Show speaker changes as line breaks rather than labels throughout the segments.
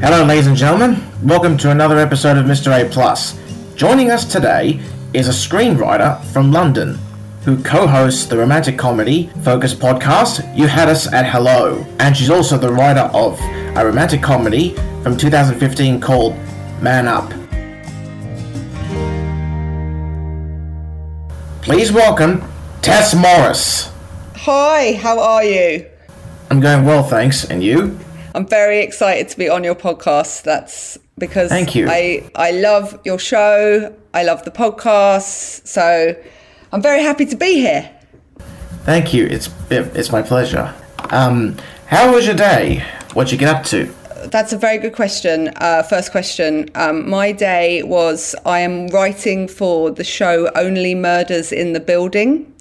Hello, ladies and gentlemen. Welcome to another episode of Mr. A Plus. Joining us today is a screenwriter from London who co-hosts the romantic comedy focus podcast You Had Us at Hello, and she's also the writer of a romantic comedy from 2015 called Man Up. Please welcome Tess Morris.
Hi, how are you?
I'm going well, thanks. And you?
I'm very excited to be on your podcast. That's because
Thank you.
I I love your show. I love the podcast. So I'm very happy to be here.
Thank you. It's it's my pleasure. Um, how was your day? What'd you get up to?
That's a very good question. Uh, first question. Um, my day was I am writing for the show Only Murders in the Building.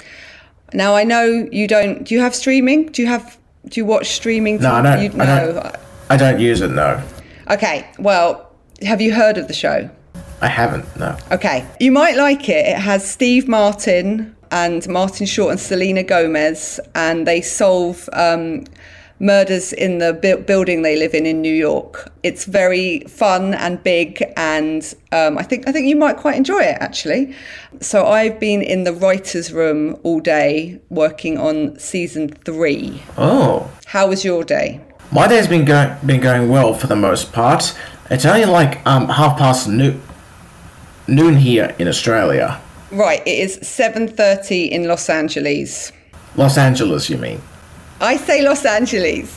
Now I know you don't. Do you have streaming? Do you have? Do you watch streaming?
No, I don't.
You,
I don't. I don't use it. No,
Okay. Well, have you heard of the show?
I haven't. No.
Okay, you might like it. It has Steve Martin and Martin Short and Selena Gomez, and they solve um, murders in the bu- building they live in in New York. It's very fun and big, and um, I think I think you might quite enjoy it actually. So I've been in the writers' room all day working on season three.
Oh,
How was your day?
my day's been going been going well for the most part. It's only like um half past noon noon here in Australia,
Right, it is seven thirty in Los Angeles.
Los Angeles. You mean?
I say Los Angeles.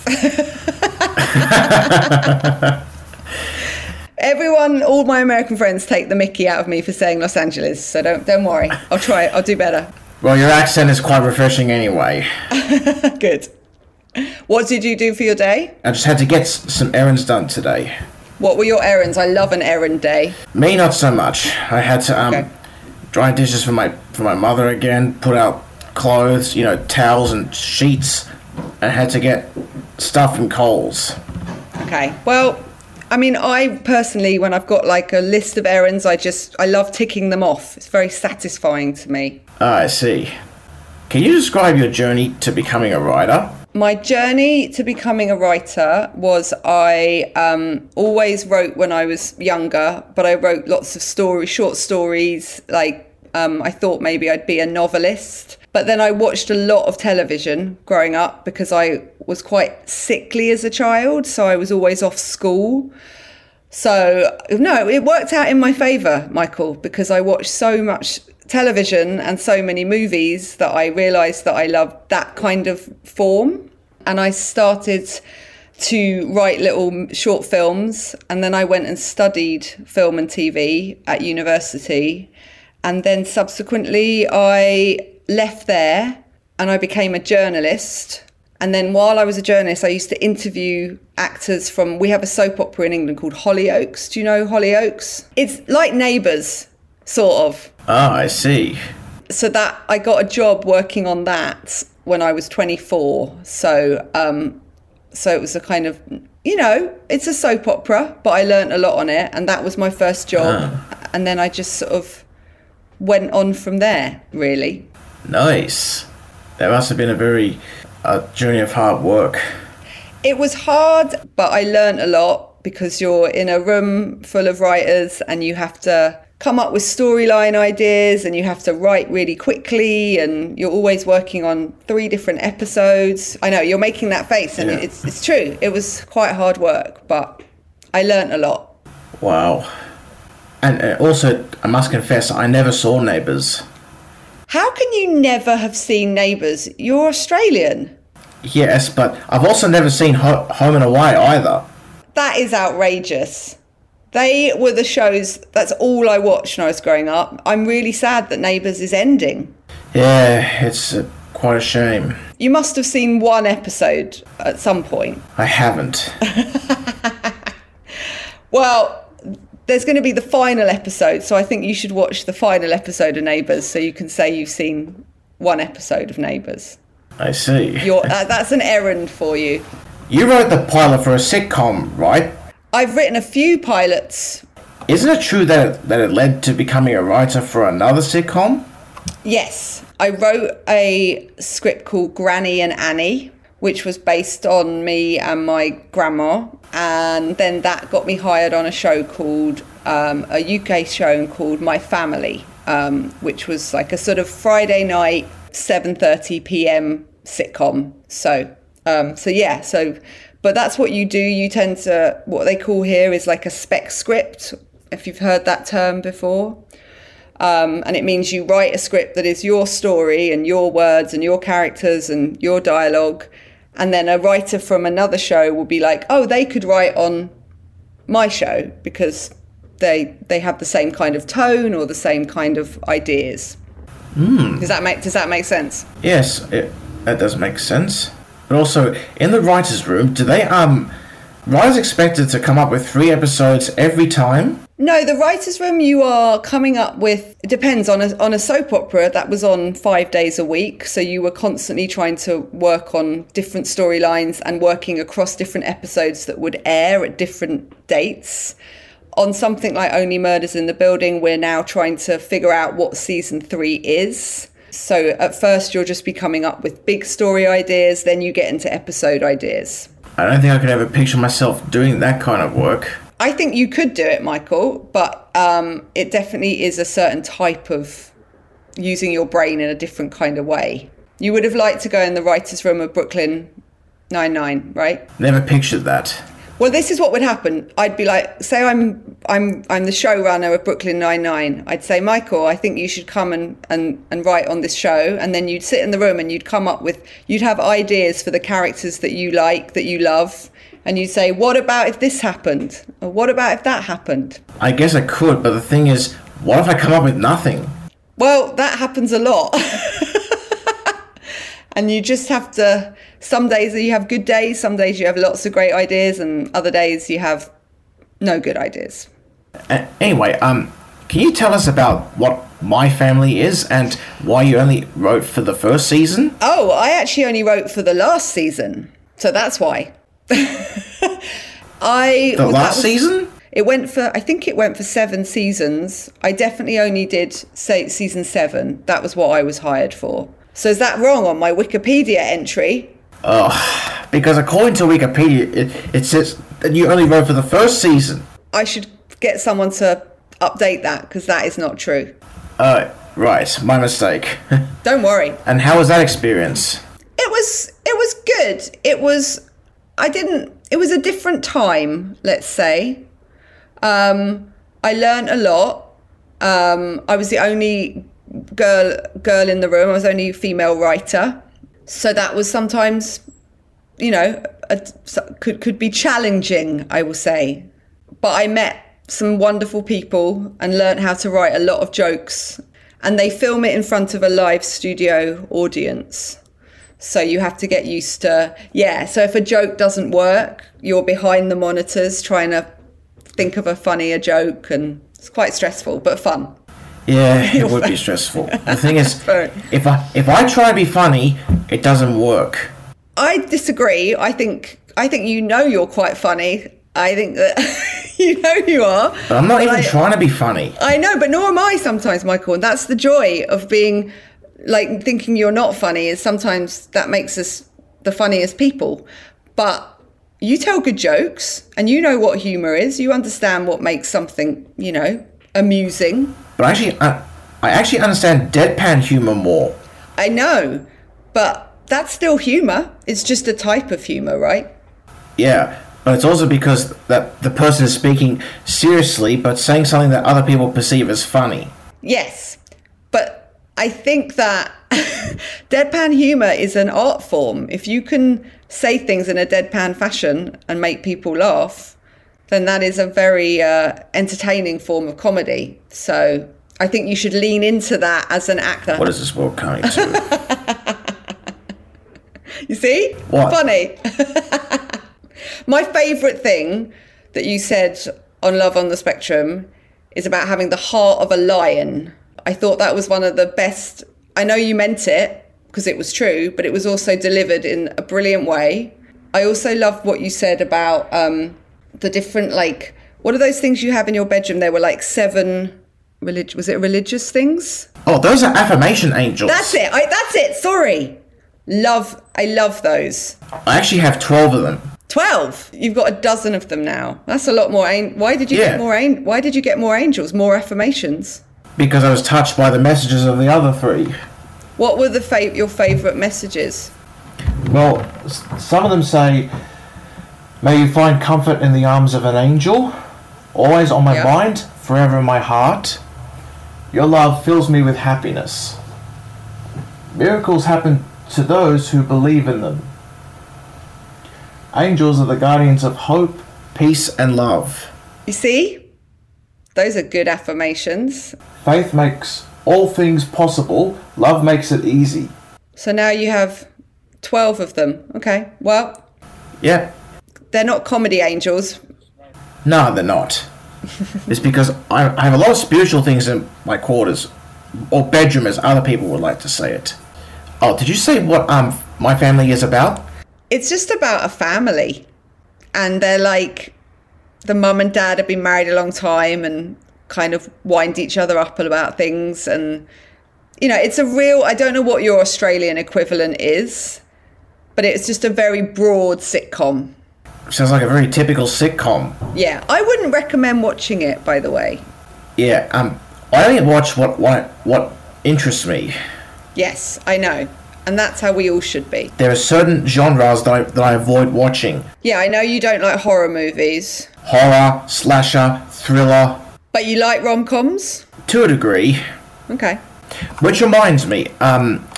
Everyone, all my American friends take the mickey out of me for saying Los Angeles, so don't don't worry. I'll try. I'll do better.
Well, your accent is quite refreshing anyway.
Good. What did you do for your day?
I just had to get s- some errands done today.
What were your errands? I love an errand day.
Me, not so much. I had to um,
Okay.
dry dishes for my for my mother again. Put out clothes, you know, towels and sheets. I had to get stuff from Coles.
Okay. Well, I mean, I personally, when I've got like a list of errands, I just I love ticking them off. It's very satisfying to me.
Ah, I see. Can you describe your journey to becoming a writer?
My journey to becoming a writer was I um, always wrote when I was younger, but I wrote lots of stories, short stories. Like um, I thought maybe I'd be a novelist, but then I watched a lot of television growing up because I was quite sickly as a child, so I was always off school. So no, it worked out in my favour, Michael, because I watched so much television and so many movies that I realised that I loved that kind of form, and I started to write little m- short films, and then I went and studied film and TV at university, and then subsequently I left there and I became a journalist. And then while I was a journalist, I used to interview actors from. We have a soap opera in England called Hollyoaks. Do you know Hollyoaks? It's like Neighbours, sort of.
Ah, I see.
So that I got a job working on that when I was 24. So, um, so it was a kind of, you know, it's a soap opera, but I learnt a lot on it, and that was my first job. And then I just sort of went on from there, really.
Nice. That must have been a very uh, journey of hard work.
It was hard, but I learnt a lot because you're in a room full of writers and you have to come up with storyline ideas and you have to write really quickly and you're always working on three different episodes. I know you're making that face and
Yeah.
it's it's true. It was quite hard work, but I learnt a lot.
Wow. And uh, also, I must confess, I never saw Neighbours.
How can you never have seen Neighbours? You're Australian.
Yes, but I've also never seen Ho- Home and Away either.
That is outrageous. They were the shows that's all I watched when I was growing up. I'm really sad that Neighbours is ending.
Yeah, it's uh, quite a shame.
You must have seen one episode at some point.
I haven't.
Well, there's going to be the final episode, so I think you should watch the final episode of Neighbours so you can say you've seen one episode of Neighbours.
I see.
You're, that, that's an errand for you.
you wrote the pilot for a sitcom, right?
I've written a few pilots.
Isn't it true that it, that it led to becoming a writer for another sitcom?
Yes, I wrote a script called Granny and Annie, which was based on me and my grandma. And then that got me hired on a show called, um, a UK show called My Family, um, which was like a sort of Friday night, 7.30 p.m. sitcom. So, um, so yeah, so, but that's what you do. You tend to, what they call here is like a spec script, if you've heard that term before. Um, and it means you write a script that is your story and your words and your characters and your dialogue. And then a writer from another show will be like, oh, they could write on my show because they they have the same kind of tone or the same kind of ideas. Does that make Does that make sense?
Yes, it, that does make sense. But also, in the writers' room, do they um, writers expected to come up with three episodes every time?
No, the writers' room you are coming up with it depends on a on a soap opera that was on five days a week, so you were constantly trying to work on different storylines and working across different episodes that would air at different dates. On something like Only Murders in the Building, we're now trying to figure out what season three is. So at first you'll just be coming up with big story ideas, then you get into episode ideas.
I don't think I could ever picture myself doing that kind of work.
I think you could do it, Michael, but um, it definitely is a certain type of using your brain in a different kind of way. You would have liked to go in the writer's room of Brooklyn Nine-Nine, right?
Never pictured that.
Well, this is what would happen. I'd be like, say I'm I'm I'm the showrunner of Brooklyn Nine Nine. I'd say, Michael, I think you should come and, and and write on this show, and then you'd sit in the room and you'd come up with you'd have ideas for the characters that you like, that you love, and you'd say, what about if this happened, or what about if that happened?
I guess I could, but the thing is, what if I come up with nothing?
Well, that happens a lot. and you just have to, some days you have good days, some days you have lots of great ideas, and other days you have no good ideas.
A- anyway, um, can you tell us about what my family is and why you only wrote for the first season?
Oh, I actually only wrote for the last season. So that's why. I.
The
well, Oh, that
last
was-
season?
It went for, I think it went for seven seasons. I definitely only did say season seven. That was what I was hired for. So is that wrong on my Wikipedia entry?
Because according to Wikipedia, it, it says that you only wrote for the first season.
I should get someone to update that because that is not true.
Uh, right, my mistake.
Don't worry.
and how was that experience?
It was it was good. It was I didn't it was a different time, let's say. Um I learned a lot. Um I was the only girl girl in the room. I was the only female writer. So that was sometimes you know, a, so- could could be challenging, I will say. But I met some wonderful people and learnt how to write a lot of jokes. And they film it in front of a live studio audience. So you have to get used to, yeah. So if a joke doesn't work, you're behind the monitors trying to think of a funnier joke, and it's quite stressful but fun.
Yeah, it would be stressful. The thing is,
Right.
if I if I try to be funny, it doesn't work.
I disagree. I think I think you know you're quite funny. I think that you know you are.
But I'm not even
I-
trying to be funny.
I know, but nor am I sometimes, Michael. And that's the joy of being like thinking you're not funny is sometimes that makes us the funniest people. But you tell good jokes and you know what humor is. You understand what makes something, you know, amusing.
But actually, I, I actually understand deadpan humor more.
I know, but that's still humor. It's just a type of humor, right?
Yeah, but it's also because that the person is speaking seriously, but saying something that other people perceive as funny.
Yes, but I think that deadpan humor is an art form. If you can say things in a deadpan fashion and make people laugh, then that is a very uh, entertaining form of comedy. So I think you should lean into that as an actor.
What is this world coming to?
You see?
What?
Funny. My favourite thing that you said on Love on the Spectrum is about having the heart of a lion. I thought that was one of the best. I know you meant it because it was true, but it was also delivered in a brilliant way. I also loved what you said about um, the different, like, what are those things you have in your bedroom? There were like seven, relig- was it religious things?
oh, those are affirmation angels.
That's it. I, that's it. Sorry. Love, I love those.
I actually have 12 of them.
12 you've got a dozen of them now that's a lot more an- why did you
Yeah.
get more an- why did you get more angels more affirmations
Because I was touched by the messages of the other three.
what were the fa- your favorite messages
Well, s- some of them say, May you find comfort in the arms of an angel, always on my
Yeah.
mind, forever in my heart. Your love fills me with happiness. Miracles happen to those who believe in them. Angels are the guardians of hope, peace, and love.
you see those are good affirmations
Faith makes all things possible, love makes it easy.
so now you have 12 of them okay well
Yep,
they're not comedy angels
No, they're not. it's because I, I have a lot of spiritual things in my quarters, or bedroom, as other people would like to say it. Oh, did you say what um my family is about?
it's just about a family and they're like the mum and dad have been married a long time and kind of wind each other up about things and you know it's a real i don't know what your australian equivalent is but it's just a very broad sitcom
Sounds like a very typical sitcom.
yeah i wouldn't recommend watching it by the way
Yeah. Um, I only watch what what what interests me.
yes i know and that's how we all should be
There are certain genres that I, that I avoid watching:
yeah i know you don't like horror movies
horror, slasher, thriller,
but you like rom-coms
to a degree.
okay
Which reminds me, um,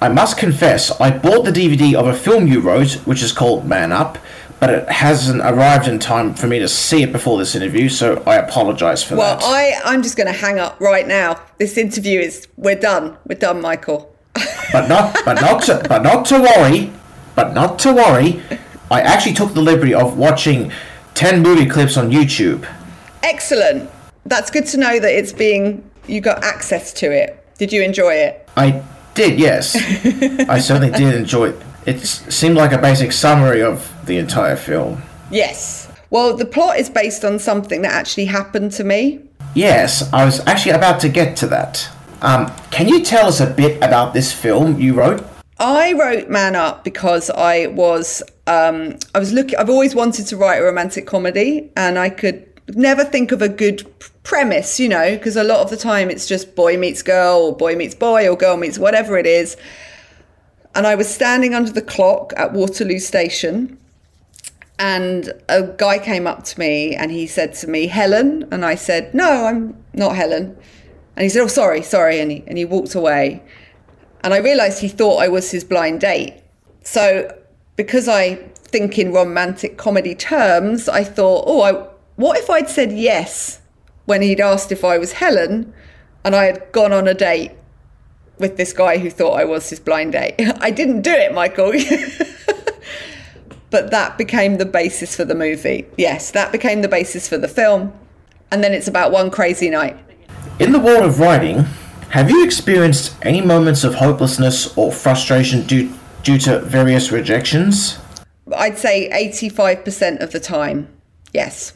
I must confess, I bought the DVD of a film you wrote, which is called Man Up, but it hasn't arrived in time for me to see it before this interview, so I apologise for
Well,
that.
I, I'm just going to hang up right now. This interview is, we're done. We're done, Michael.
But not, but not, to, but not to worry, but not to worry. I actually took the liberty of watching ten movie clips on YouTube.
Excellent. That's good to know that it's being, you got access to it. Did you enjoy it?
I did, yes. I certainly did enjoy it. It seemed like a basic summary of the entire film.
Yes. Well, the plot is based on something that actually happened to me.
Yes, I was actually about to get to that. Um, can you tell us a bit about this film you wrote?
I wrote Man Up because I was um, I was looking. I've always wanted to write a romantic comedy, and I could never think of a good p- premise, you know, because a lot of the time it's just boy meets girl, or boy meets boy, or girl meets whatever it is. And I was standing under the clock at Waterloo Station, and a guy came up to me and he said to me, Helen. And I said, No, I'm not Helen. And he said, Oh, sorry, sorry. And he, and he walked away. And I realized he thought I was his blind date. So because I think in romantic comedy terms, I thought, Oh, I, what if I'd said yes when he'd asked if I was Helen and I had gone on a date? With this guy who thought I was his blind date. I didn't do it, Michael. but that became the basis for the movie. Yes, that became the basis for the film. And then it's about one crazy night.
In the world of writing, have you experienced any moments of hopelessness or frustration due, due to various rejections?
I'd say 85% of the time. Yes.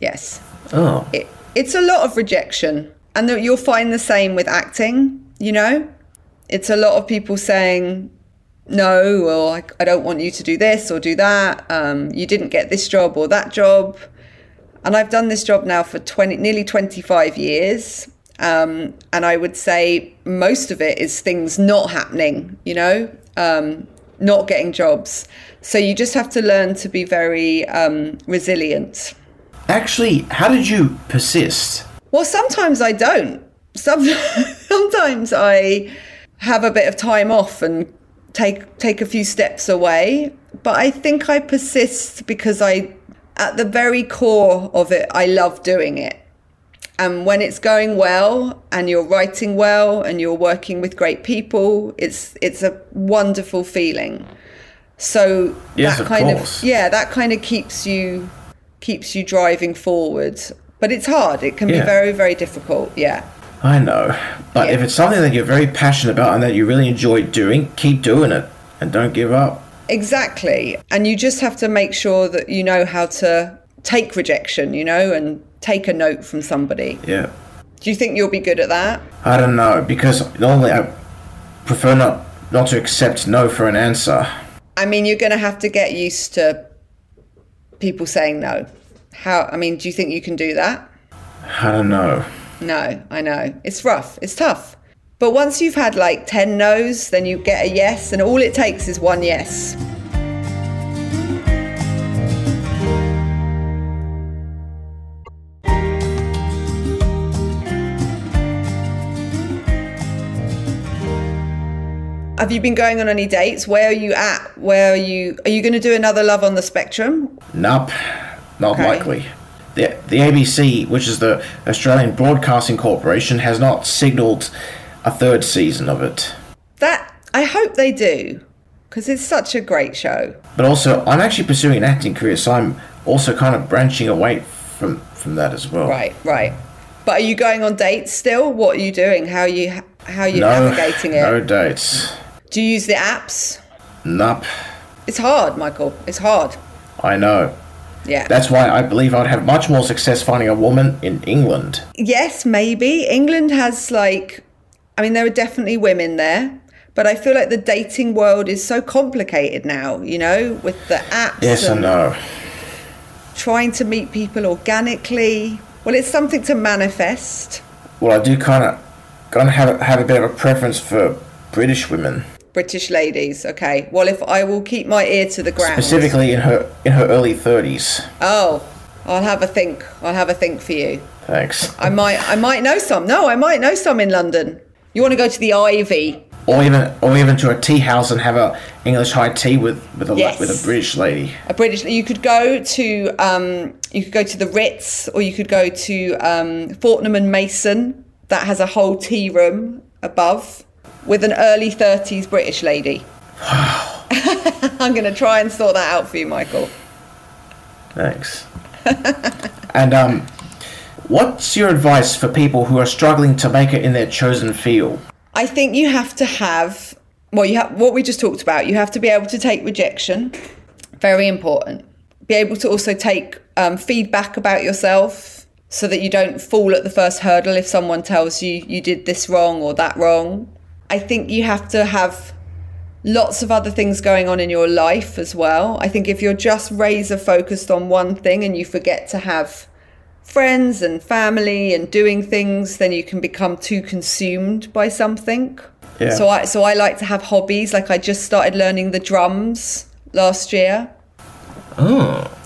Yes.
Oh,
It, it's a lot of rejection. And that you'll find the same with acting, you know? It's a lot of people saying, no, or I, I don't want you to do this or do that. Um, you didn't get this job or that job. and I've done this job now for 20 nearly 25 years um, and I would say most of it is things not happening you know um, not getting jobs so you just have to learn to be very um, resilient
actually, how did you persist?
well, sometimes I don't. Some, sometimes I have a bit of time off and take take a few steps away. But I think I persist because I, at the very core of it, I love doing it. And when it's going well, and you're writing well, and you're working with great people, it's it's a wonderful feeling. So
Yes,
that
of
kind
course.
of yeah, that kind of keeps you keeps you driving forward. But it's hard. It can
Yeah.
be very, very difficult. Yeah.
I know, but
Yeah.
if it's something that you're very passionate about and that you really enjoy doing, keep doing it and don't give up.
Exactly. And you just have to make sure that you know how to take rejection, you know, and take a note from somebody.
Yeah.
Do you think you'll be good at that?
I don't know because normally I prefer not not to accept no for an answer.
I mean, you're going to have to get used to people saying no. How? I mean, do you think you can do that?
I don't know.
No, I know. It's rough. It's tough. But once you've had like 10 no's, then you get a yes, and all it takes is one yes. Have you been going on any dates? Where are you at? Where are you? Are you going to do another Love on the Spectrum?
Nope, not
Okay.
likely. The, the ABC, which is the Australian Broadcasting Corporation, has not signalled a third season of it.
That I hope they do, because it's such a great show.
But also, I'm actually pursuing an acting career, so I'm also kind of branching away from from that as well.
Right, right. But are you going on dates still? What are you doing? How are you how are you
No,
navigating it?
no dates.
Do you use the apps?
Nope.
It's hard, Michael. It's hard.
I know.
Yeah.
That's why I believe I'd have much more success finding a woman in England.
yes, maybe. England has like I mean there are definitely women there, but I feel like the dating world is so complicated now, you know, with the apps
Yes, I
and
know.
trying to meet people organically. Well, it's something to manifest.
Well, I do kind of kind of have have a bit of a preference for British women,
British ladies, okay. Well, if I will keep my ear to the ground.
specifically in her in her early thirties.
Oh, I'll have a think. I'll have a think for you.
Thanks.
I might I might know some. No, I might know some in London. You want to go to the Ivy?
Or even or even to a tea house and have a English high tea with with a la-
Yes.
with a British lady.
A British you could go to um you could go to the Ritz or you could go to um Fortnum and Mason that has a whole tea room above with an early 30s British lady. I'm going to try and sort that out for you, Michael.
Thanks. and um, what's your advice for people who are struggling to make it in their chosen field?
I think you have to have well, you have what we just talked about. You have to be able to take rejection, very important. Be able to also take um, feedback about yourself, so that you don't fall at the first hurdle if someone tells you you did this wrong or that wrong. I think you have to have lots of other things going on in your life as well. I think if you're just razor focused on one thing and you forget to have friends and family and doing things, then you can become too consumed by something.
Yeah.
So I so I like to have hobbies. Like I just started learning the drums last year.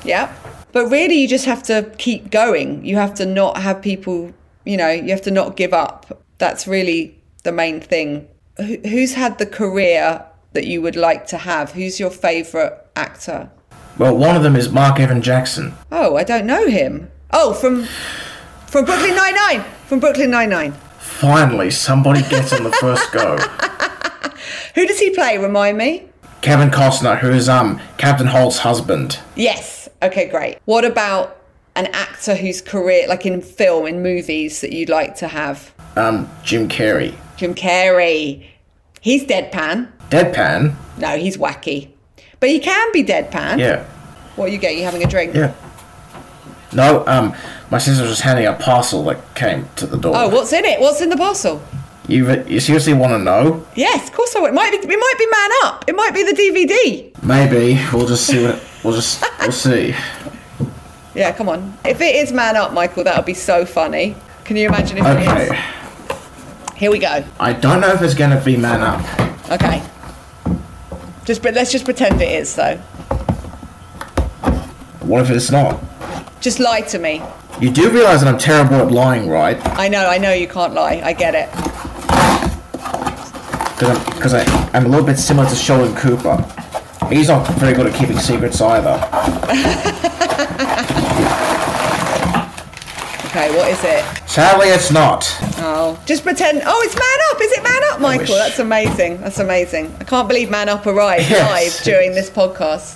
Yeah. But really, you just have to keep going. You have to not have people, you know, you have to not give up. That's really the main thing. Who, who's had the career that you would like to have? Who's your favourite actor?
Well, one of them is Mark Evan Jackson.
Oh, I don't know him. Oh, from from Brooklyn Nine Nine. From Brooklyn Nine Nine.
Finally, somebody gets on the first go.
Who does he play? Remind me.
Kevin Costner, who is um Captain Holt's husband.
Yes. Okay, great. What about an actor whose career, like in film, in movies, that you'd like to have?
um, Jim Carrey.
Jim Carrey. He's deadpan.
Deadpan?
No, he's wacky. But he can be deadpan.
Yeah,
What are you getting? You having a drink?
yeah. No, um, my sister was handing a parcel that came to the door.
Oh, what's in it? What's in the parcel?
You, re- you seriously want to know?
Yes, of course I would. It might be, it might be Man Up. It might be the DVD.
Maybe we'll just see what we'll just we'll see.
Yeah, come on. If it is Man Up, Michael, that would be so funny. Can you imagine if it
Okay,
is? Here we go.
I don't know if it's gonna be man up.
Okay. Just but let's just pretend it is though.
What if it's not?
Just lie to me.
You do realize that I'm terrible at lying, right?
I know, I know you can't lie. I get it.
Because I'm, 'cause I- I'm a little bit similar to Sheldon Cooper. He's not very good at keeping secrets either.
Okay, what is it?
Sadly, it's not.
Oh, just pretend. Oh, it's Man Up. Is it Man Up, Michael?
wish.
That's amazing. That's amazing. I can't believe Man Up arrived
Yes.
live during this podcast.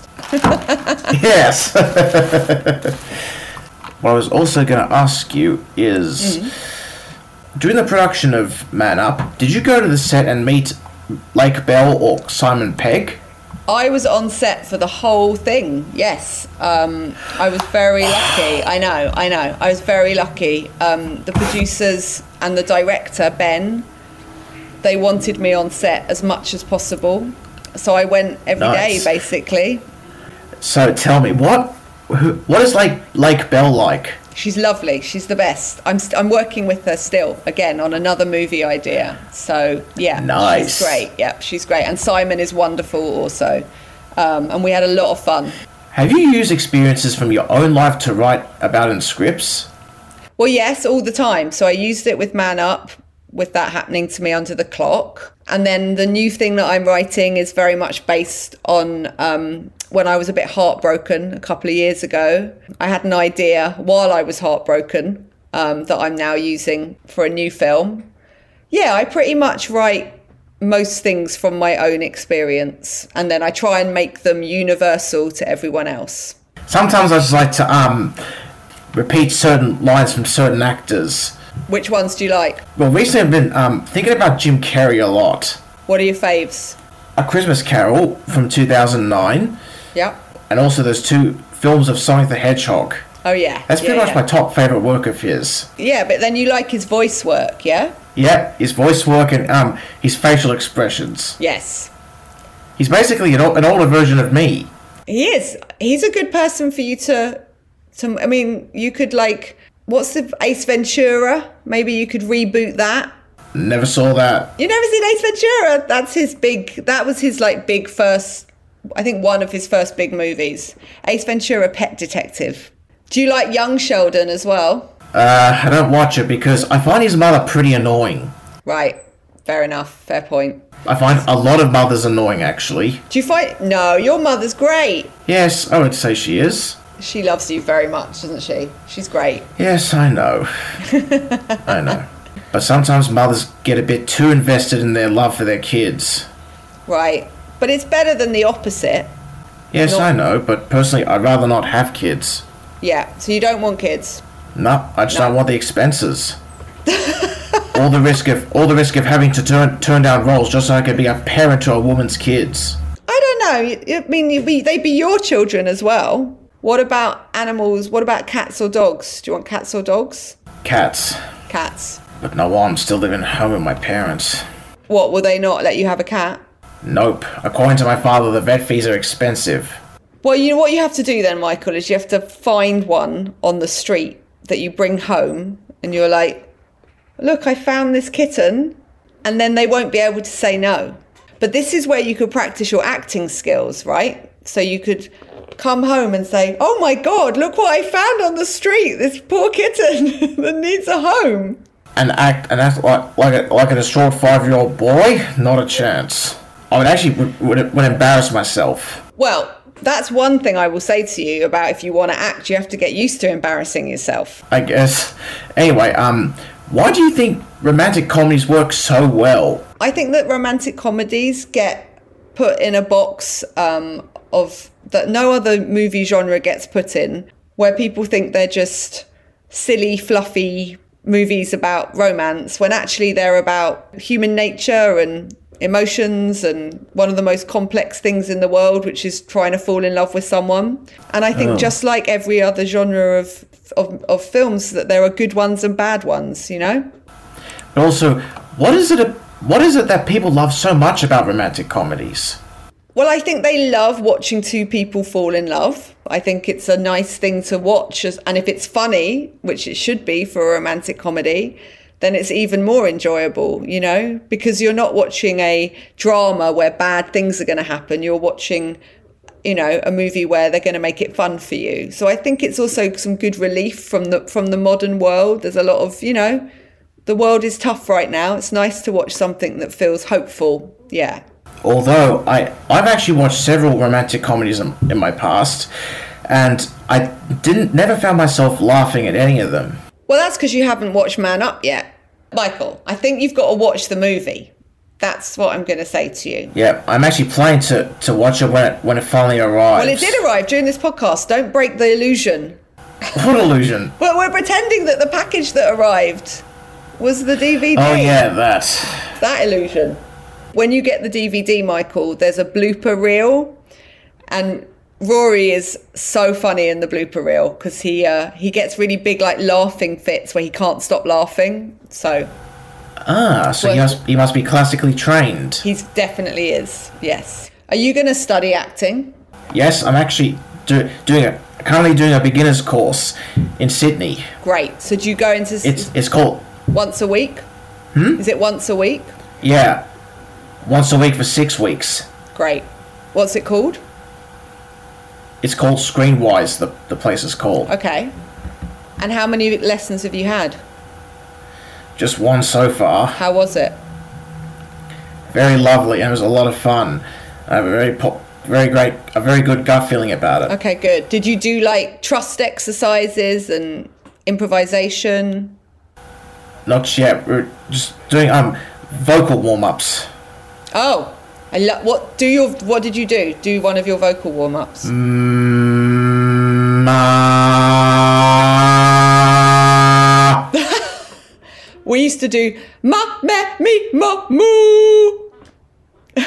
Yes. what I was also going to ask you is during the production of Man Up, did you go to the set and meet Lake Bell or Simon Pegg?
I was on set for the whole thing. Yes, um, I was very lucky. I know, I know. I was very lucky. Um, the producers and the director Ben they wanted me on set as much as possible. So I went every day,
Nice.
basically.
So tell me, what who, what is like Lake Bell like?
She's lovely. She's the best. I'm st- I'm working with her still again on another movie idea. So yeah,
Nice.
She's great. Yeah, she's great. And Simon is wonderful also. Um, and we had a lot of fun.
Have you used experiences from your own life to write about in scripts?
Well, yes, all the time. So I used it with Man Up, with that happening to me under the clock. And then the new thing that I'm writing is very much based on um, when I was a bit heartbroken a couple of years ago. I had an idea while I was heartbroken um, that I'm now using for a new film. Yeah, I pretty much write most things from my own experience and then I try and make them universal to everyone else.
Sometimes I just like to um repeat certain lines from certain actors.
Which ones do you like?
Well, recently I've been um, thinking about Jim Carrey a lot.
What are your faves?
A Christmas Carol from 2009,
Yeah.
and also those two films of Sonic the Hedgehog.
Oh yeah.
That's pretty
yeah,
much
yeah.
my top favorite work of his.
Yeah, but then you like his voice work, yeah?
Yeah, his voice work and um, his facial expressions.
Yes.
He's basically an, ol- an older version of me.
He is. He's a good person for you to to I mean, you could like what's the Ace Ventura? Maybe you could reboot that.
Never saw that.
You never seen Ace Ventura? That's his big that was his like big first I think one of his first big movies. Ace Ventura Pet Detective. Do you like young Sheldon as well?
Uh, I don't watch it because I find his mother pretty annoying.
Right. Fair enough. Fair point.
I find a lot of mothers annoying, actually.
Do you find No, your mother's great.
Yes, I would say she is.
She loves you very much, doesn't she? She's great.
Yes, I know. I know. But sometimes mothers get a bit too invested in their love for their kids.
Right. But it's better than the opposite.
Yes,
No.
I know, but personally, I'd rather not have kids.
Yeah. So you don't want kids.
No, I just
No.
don't want the expenses. all the risk of all the risk of having to turn turn down roles just so I could be a parent to a woman's kids.
I don't know. You- I mean, you'd be, they'd be your children as well. What about animals? What about cats or dogs? Do you want cats or dogs?
Cats.
Cats.
But no, I'm still living at home with my parents.
What? Will they not let you have a cat?
Nope. According to my father, the vet fees are expensive.
Well, you know what you have to do then, Michael, is you have to find one on the street that you bring home and you're like, look, I found this kitten. And then they won't be able to say no. But this is where you could practice your acting skills, right? So you could come home and say, oh my God, look what I found on the street. This poor kitten that needs a home.
And act and act like like a, like a distraught five year old boy. Not a chance. I would actually would, would, would embarrass myself.
Well, that's one thing I will say to you about if you want to act, you have to get used to embarrassing yourself.
I guess. Anyway, um, why do you think romantic comedies work so well?
I think that romantic comedies get put in a box um, of that no other movie genre gets put in, where people think they're just silly, fluffy movies about romance, when actually they're about human nature and emotions and one of the most complex things in the world which is trying to fall in love with someone and i think just like every other genre of, of of films that there are good ones and bad ones you know
But also, what is it? What is it that people love so much about romantic comedies?
Well, I think they love watching two people fall in love. I think it's a nice thing to watch. as- And if it's funny, which it should be for a romantic comedy, then it's even more enjoyable, you know, because you're not watching a drama where bad things are going to happen. You're watching, you know, a movie where they're going to make it fun for you. So I think it's also some good relief from the from the modern world. There's a lot of, you know, the world is tough right now. It's nice to watch something that feels hopeful. Yeah.
Although I I've actually watched several romantic comedies in, in my past, and I didn't never found myself laughing at any of them.
Well, that's because you haven't watched Man Up yet. Michael, I think you've got to watch the movie. That's what I'm going to say to you.
Yeah, I'm actually planning to, to watch it when it when it finally arrives.
Well, it did arrive during this podcast. Don't break the illusion.
What illusion?
Well, we're pretending that the package that arrived was the DVD.
Oh yeah, that.
That illusion. When you get the DVD, Michael, there's a blooper reel, and Rory is so funny in the blooper reel because he uh, he gets really big like laughing fits where he can't stop laughing. So
Ah, so he
Well-
must, he must be classically trained.
He definitely is. Yes. Are you going to study acting?
Yes, I'm actually do, doing a currently doing a beginner's course in Sydney.
Great. So do you go into s-
It's it's called
once a week? Hmm? Is it once a week?
yeah, once a week for six weeks.
Great. What's it called?
It's called Screenwise. The the place is called
Okay. And how many lessons have you had?
just one so far.
How was it?
Very lovely and it was a lot of fun. I have a very po- very great a very good gut feeling about it.
Okay, good. Did you do like trust exercises and improvisation?
Not yet. We're just doing um vocal warm ups.
Oh, I love. What do your? What did you do? Do one of your vocal warm ups?
Mm, uh,
We used to do ma me me ma moo.
A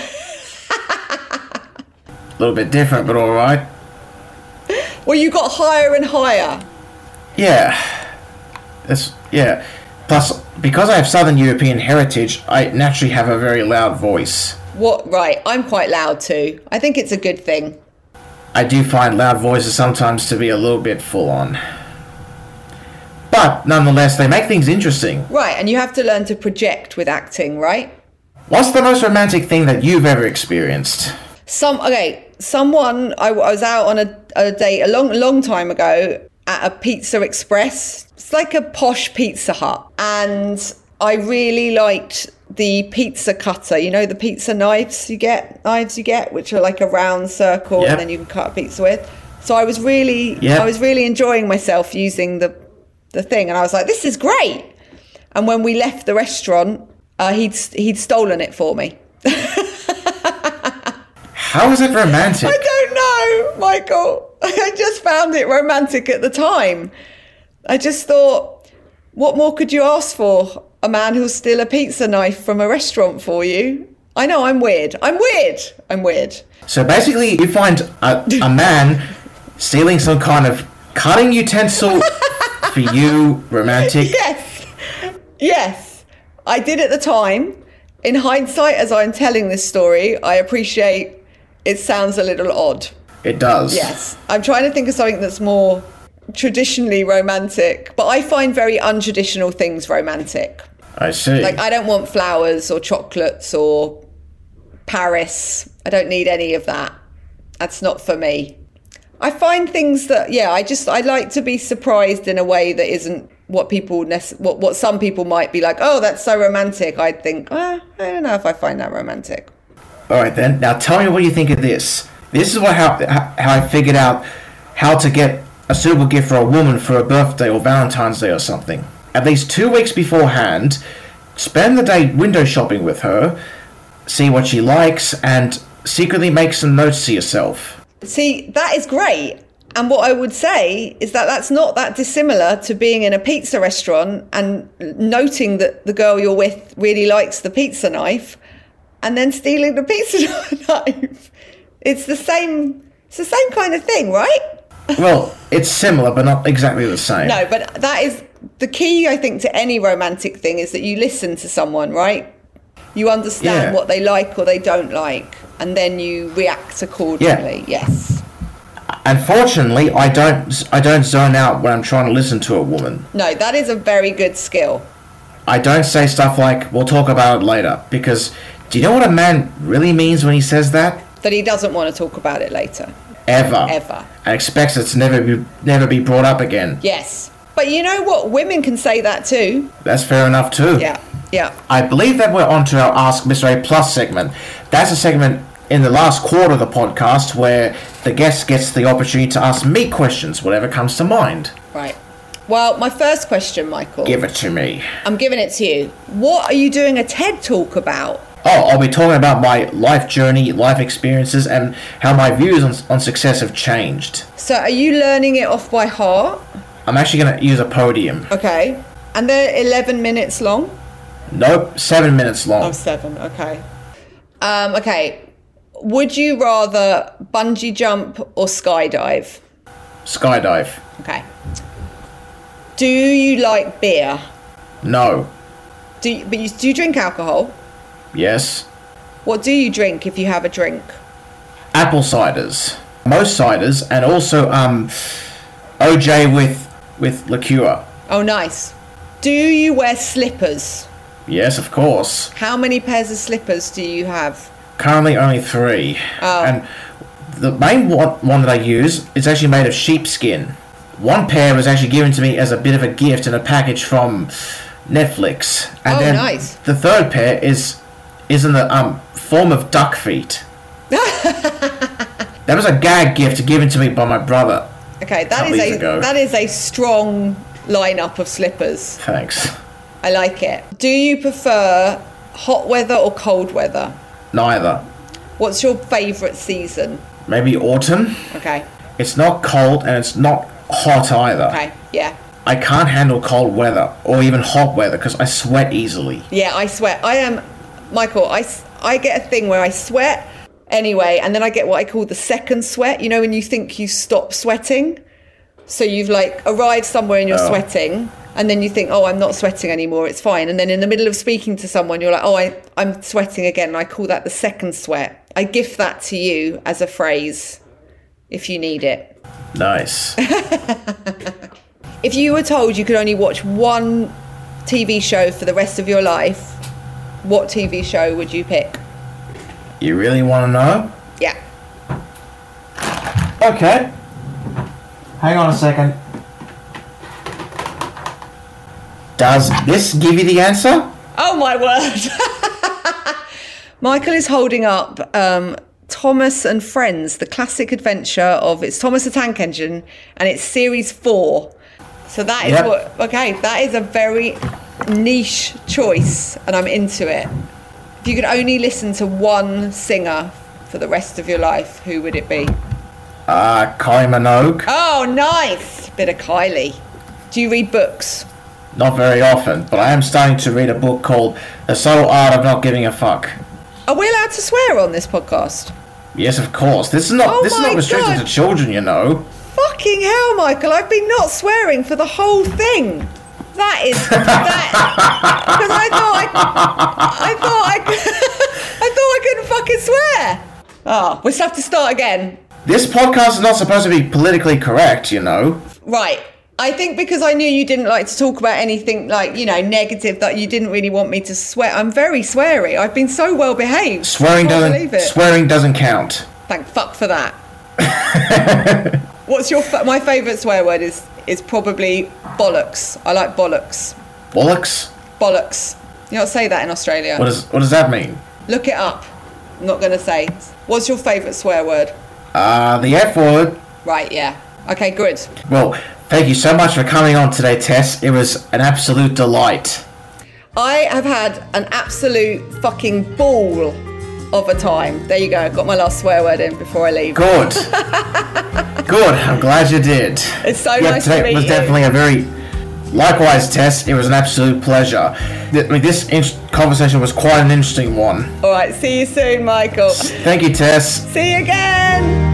little bit different, but all right.
Well, you got higher and higher.
Yeah. That's yeah. Plus, because I have Southern European heritage, I naturally have a very loud voice.
What? Right, I'm quite loud too. I think it's a good thing.
I do find loud voices sometimes to be a little bit full on. But nonetheless, they make things interesting.
Right, and you have to learn to project with acting, right?
What's the most romantic thing that you've ever experienced?
Some okay, someone I, I was out on a, a date a long long time ago at a Pizza Express. It's like a posh Pizza Hut, and I really liked the pizza cutter. You know the pizza knives you get knives you get, which are like a round circle,
Yep.
and then you can cut a pizza with. So I was really
Yep.
I was really enjoying myself using the the thing, and I was like, this is great. And when we left the restaurant, uh, he'd he'd stolen it for me.
How is it romantic?
I don't know, Michael. I just found it romantic at the time. I just thought, what more could you ask for? A man who'll steal a pizza knife from a restaurant for you. I know I'm weird. I'm weird. I'm weird.
So basically, you find a, a man stealing some kind of cutting utensil for you, romantic.
Yes. Yes. I did at the time. In hindsight, as I'm telling this story, I appreciate it sounds a little odd.
It does.
Yes. I'm trying to think of something that's more traditionally romantic, but I find very untraditional things romantic.
I see.
Like, I don't want flowers or chocolates or Paris. I don't need any of that. That's not for me. I find things that, yeah, I just, I like to be surprised in a way that isn't what people, nece- what, what some people might be like, oh, that's so romantic. I'd think, ah, I don't know if I find that romantic.
All right then. Now tell me what you think of this. This is what how how I figured out how to get a suitable gift for a woman for a birthday or Valentine's Day or something. At least two weeks beforehand, spend the day window shopping with her, see what she likes, and secretly make some notes to yourself.
See, that is great. And what I would say is that that's not that dissimilar to being in a pizza restaurant and noting that the girl you're with really likes the pizza knife and then stealing the pizza knife. It's the same it's the same kind of thing, right?
Well, it's similar but not exactly the same.
No, but that is the key I think to any romantic thing is that you listen to someone, right? You
Yeah.
understand what they like or they don't like and then you react accordingly. Yes.
Unfortunately, I don't I don't zone out when I'm trying to listen to a woman.
No, that is a very good skill.
I don't say stuff like "we'll talk about it later" because do you know what a man really means when he says that?
that he doesn't want to talk about it later.
Ever.
Ever.
And expects it to never be never be brought up again.
Yes. But you know what? Women can say that too.
That's fair enough too.
Yeah. Yeah.
I believe that we're on to our Ask Mr. A Plus segment. That's a segment in the last quarter of the podcast where the guest gets the opportunity to ask me questions, whatever comes to mind.
Right. Well, my first question, Michael,
Give it to me.
I'm giving it to you. What are you doing a TED talk about?
Oh, I'll be talking about my life journey, life experiences, and how my views on, on success have changed.
So, are you learning it off by heart?
I'm actually going to use a podium.
Okay. And they're 11 minutes long?
Nope, seven minutes
Oh,
long.
seven. Okay. Um, okay. Would you rather bungee jump or skydive?
Skydive.
Okay. Do you like beer?
No.
Do you, but you, do you drink alcohol?
Yes.
What do you drink if you have a drink?
Apple ciders, most ciders, and also um, OJ with with liqueur.
Oh, nice. Do you wear slippers?
Yes, of course.
How many pairs of slippers do you have?
Currently, only three.
Oh.
And the main one, one that I use is actually made of sheepskin. One pair was actually given to me as a bit of a gift in a package from Netflix. And
Oh,
then
nice.
The third pair is is in the um, form of duck feet. that was a gag gift given to me by my brother.
Okay, that
Couple
is
years
a
ago.
that is a strong lineup of slippers.
Thanks.
I like it. Do you prefer hot weather or cold weather?
Neither.
What's your favourite season?
Maybe autumn.
Okay,
It's not cold and it's not hot either.
okay, yeah.
I can't handle cold weather or even hot weather because I sweat easily.
Yeah, I sweat. I am, Michael. I, s- I get a thing where I sweat anyway, and then I get what I call the second sweat. You know, when you think you stop sweating, so you've like arrived somewhere and you're
Oh.
sweating, and then you think, oh, I'm not sweating anymore. It's fine. And then in the middle of speaking to someone, you're like, oh, I, I'm sweating again. And I call that the second sweat. I gift that to you as a phrase, if you need it.
Nice.
If you were told you could only watch one TV show for the rest of your life, what TV show would you pick?
you really want to know?
Yeah.
Okay. Hang on a second. Does this give you the answer?
Oh my word. Michael is holding up um, Thomas and Friends, the classic adventure of it's Thomas the Tank Engine, and it's series four. So that is
Yep.
what. Okay, that is a very niche choice, and I'm into it. If you could only listen to one singer for the rest of your life, who would it be?
Uh, Kylie Minogue.
Oh, nice. Bit of Kylie. Do you read books?
Not very often, but I am starting to read a book called The Subtle Art of Not Giving a Fuck.
Are we allowed to swear on this podcast?
Yes, of course. This is not
Oh
this is
my
not restricted
God.
to children, you know.
Fucking hell, Michael! I've been not swearing for the whole thing. That is that because I thought I, I thought I, I thought I couldn't fucking swear. Oh, we just have to start again.
This podcast is not supposed to be politically correct, you know.
Right. I think because I knew you didn't like to talk about anything like you know negative that you didn't really want me to swear. I'm very sweary. I've been so well behaved.
Swearing
I can't believe
doesn't
it.
swearing doesn't count.
Thank fuck for that. What's your fa- my favourite swear word is is probably bollocks. I like bollocks.
Bollocks.
Bollocks. You don't say that in Australia.
What does what does that mean?
Look it up. I'm not gonna say. What's your favourite swear word?
Uh, the F word.
Right. Yeah. Okay. Good.
Well, thank you so much for coming on today, Tess. It was an absolute delight.
I have had an absolute fucking ball of a time. There you go. Got my last swear word in before I leave.
Good. Good. I'm glad you did.
It's so
yeah,
nice to
today
meet
was
you.
definitely a very. Likewise, Tess. It was an absolute pleasure. Th- I mean, this in- conversation was quite an interesting one.
All right. See you soon, Michael.
Thank you, Tess.
See you again.